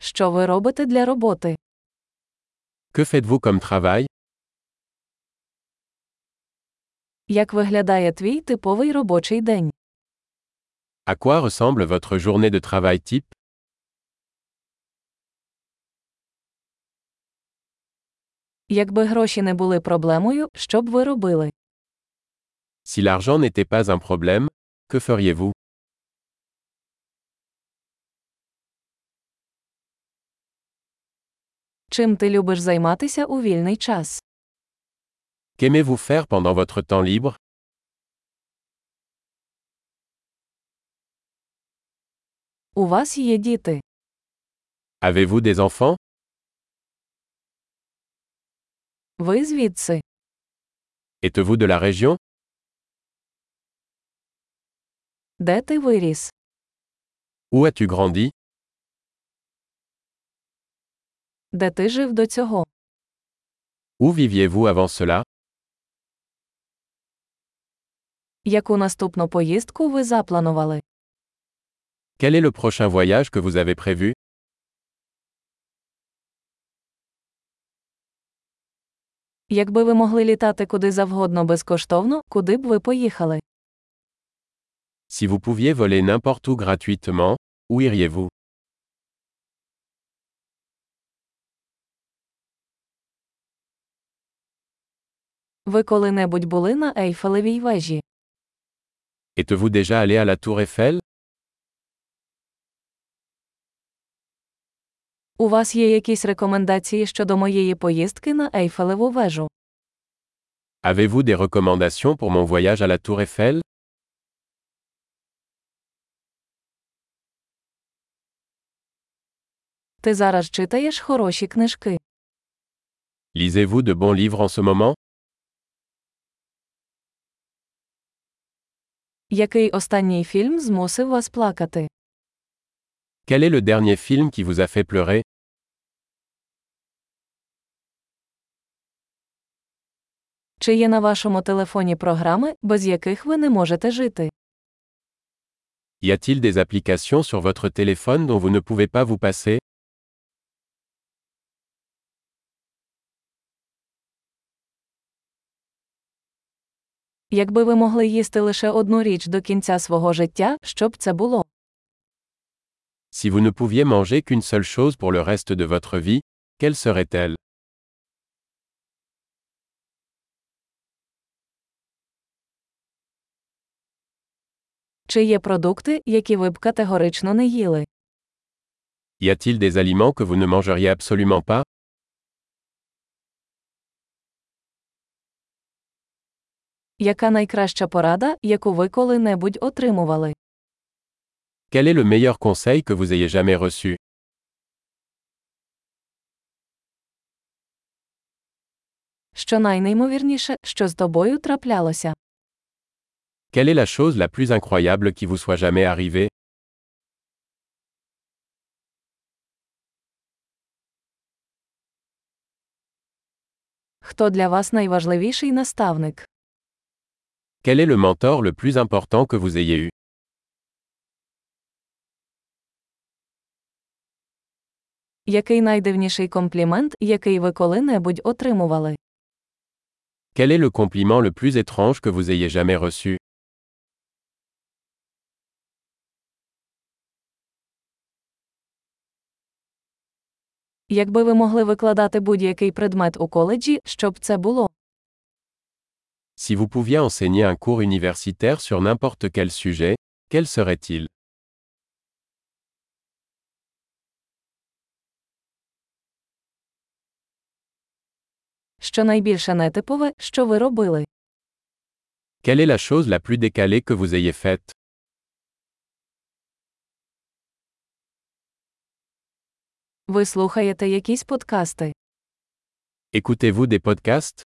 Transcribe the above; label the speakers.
Speaker 1: Що ви робите для роботи?
Speaker 2: Que faites-vous comme travail
Speaker 1: Як виглядає твій типовий робочий день?
Speaker 2: À quoi ressemble votre journée de travail type
Speaker 1: Якби гроші не були проблемою, що б ви робили?
Speaker 2: Si l'argent n'était pas un problème, que feriez-vous
Speaker 1: Чим ти любиш займатися у вільний час?
Speaker 2: Qu'aimez-vous faire pendant votre temps libre
Speaker 1: У вас є діти.
Speaker 2: Avez-vous des enfants
Speaker 1: Ви звідси?
Speaker 2: Êtes-vous de la région
Speaker 1: Де ти виріс?
Speaker 2: Où as-tu grandi
Speaker 1: Де ти жив до цього?
Speaker 2: Où viviez-vous avant cela
Speaker 1: Яку наступну поїздку ви запланували?
Speaker 2: Quel est le prochain voyage que vous avez prévu
Speaker 1: Якби ви могли літати куди завгодно безкоштовно, куди б ви поїхали?
Speaker 2: Si vous pouviez voler n'importe où gratuitement, où iriez-vous
Speaker 1: Ви коли-небудь були на Ейфелевій вежі?
Speaker 2: Êtes-vous déjà allé à la tour Eiffel
Speaker 1: У вас є якісь рекомендації щодо моєї поїздки на Ейфелеву вежу?
Speaker 2: Avez-vous des recommandations pour mon voyage à la tour Eiffel
Speaker 1: Ти зараз читаєш хороші книжки.
Speaker 2: Lisez-vous de bons livres en ce moment
Speaker 1: Який останній фільм змусив вас плакати?
Speaker 2: Quel est le dernier film qui vous a fait pleurer
Speaker 1: Чи є на вашому телефоні програми, без яких ви не можете жити?
Speaker 2: Y a-t-il des applications sur votre téléphone dont vous ne pouvez pas vous passer
Speaker 1: Якби ви могли їсти лише одну річ до кінця свого життя, що б це було?
Speaker 2: Si vous ne pouviez manger qu'une seule chose pour le reste de votre vie, quelle serait-elle
Speaker 1: Чи є продукти, які ви б категорично не їли?
Speaker 2: Y a-t-il des aliments que vous ne mangeriez absolument pas
Speaker 1: Яка найкраща порада, яку ви коли-небудь отримували?
Speaker 2: Quel est le meilleur conseil que vous ayez jamais reçu
Speaker 1: Що найнеймовірніше, що з тобою траплялося?
Speaker 2: Quelle est la chose la plus incroyable qui vous soit jamais arrivée
Speaker 1: Хто для вас найважливіший наставник?
Speaker 2: Quel est le mentor le plus important que vous ayez eu
Speaker 1: Який найдивніший комплімент, який ви коли-небудь отримували?
Speaker 2: Quel est le compliment le plus étrange que vous ayez jamais reçu
Speaker 1: Якби ви могли викладати будь-який предмет у коледжі, що б це було?
Speaker 2: Si vous pouviez enseigner un cours universitaire sur n'importe quel sujet, quel serait-il
Speaker 1: Що найбільше нетипове, що ви робили?
Speaker 2: Quelle est la chose la plus décalée que vous ayez faite
Speaker 1: Ви слухаєте якісь подкасти?
Speaker 2: Écoutez-vous des podcasts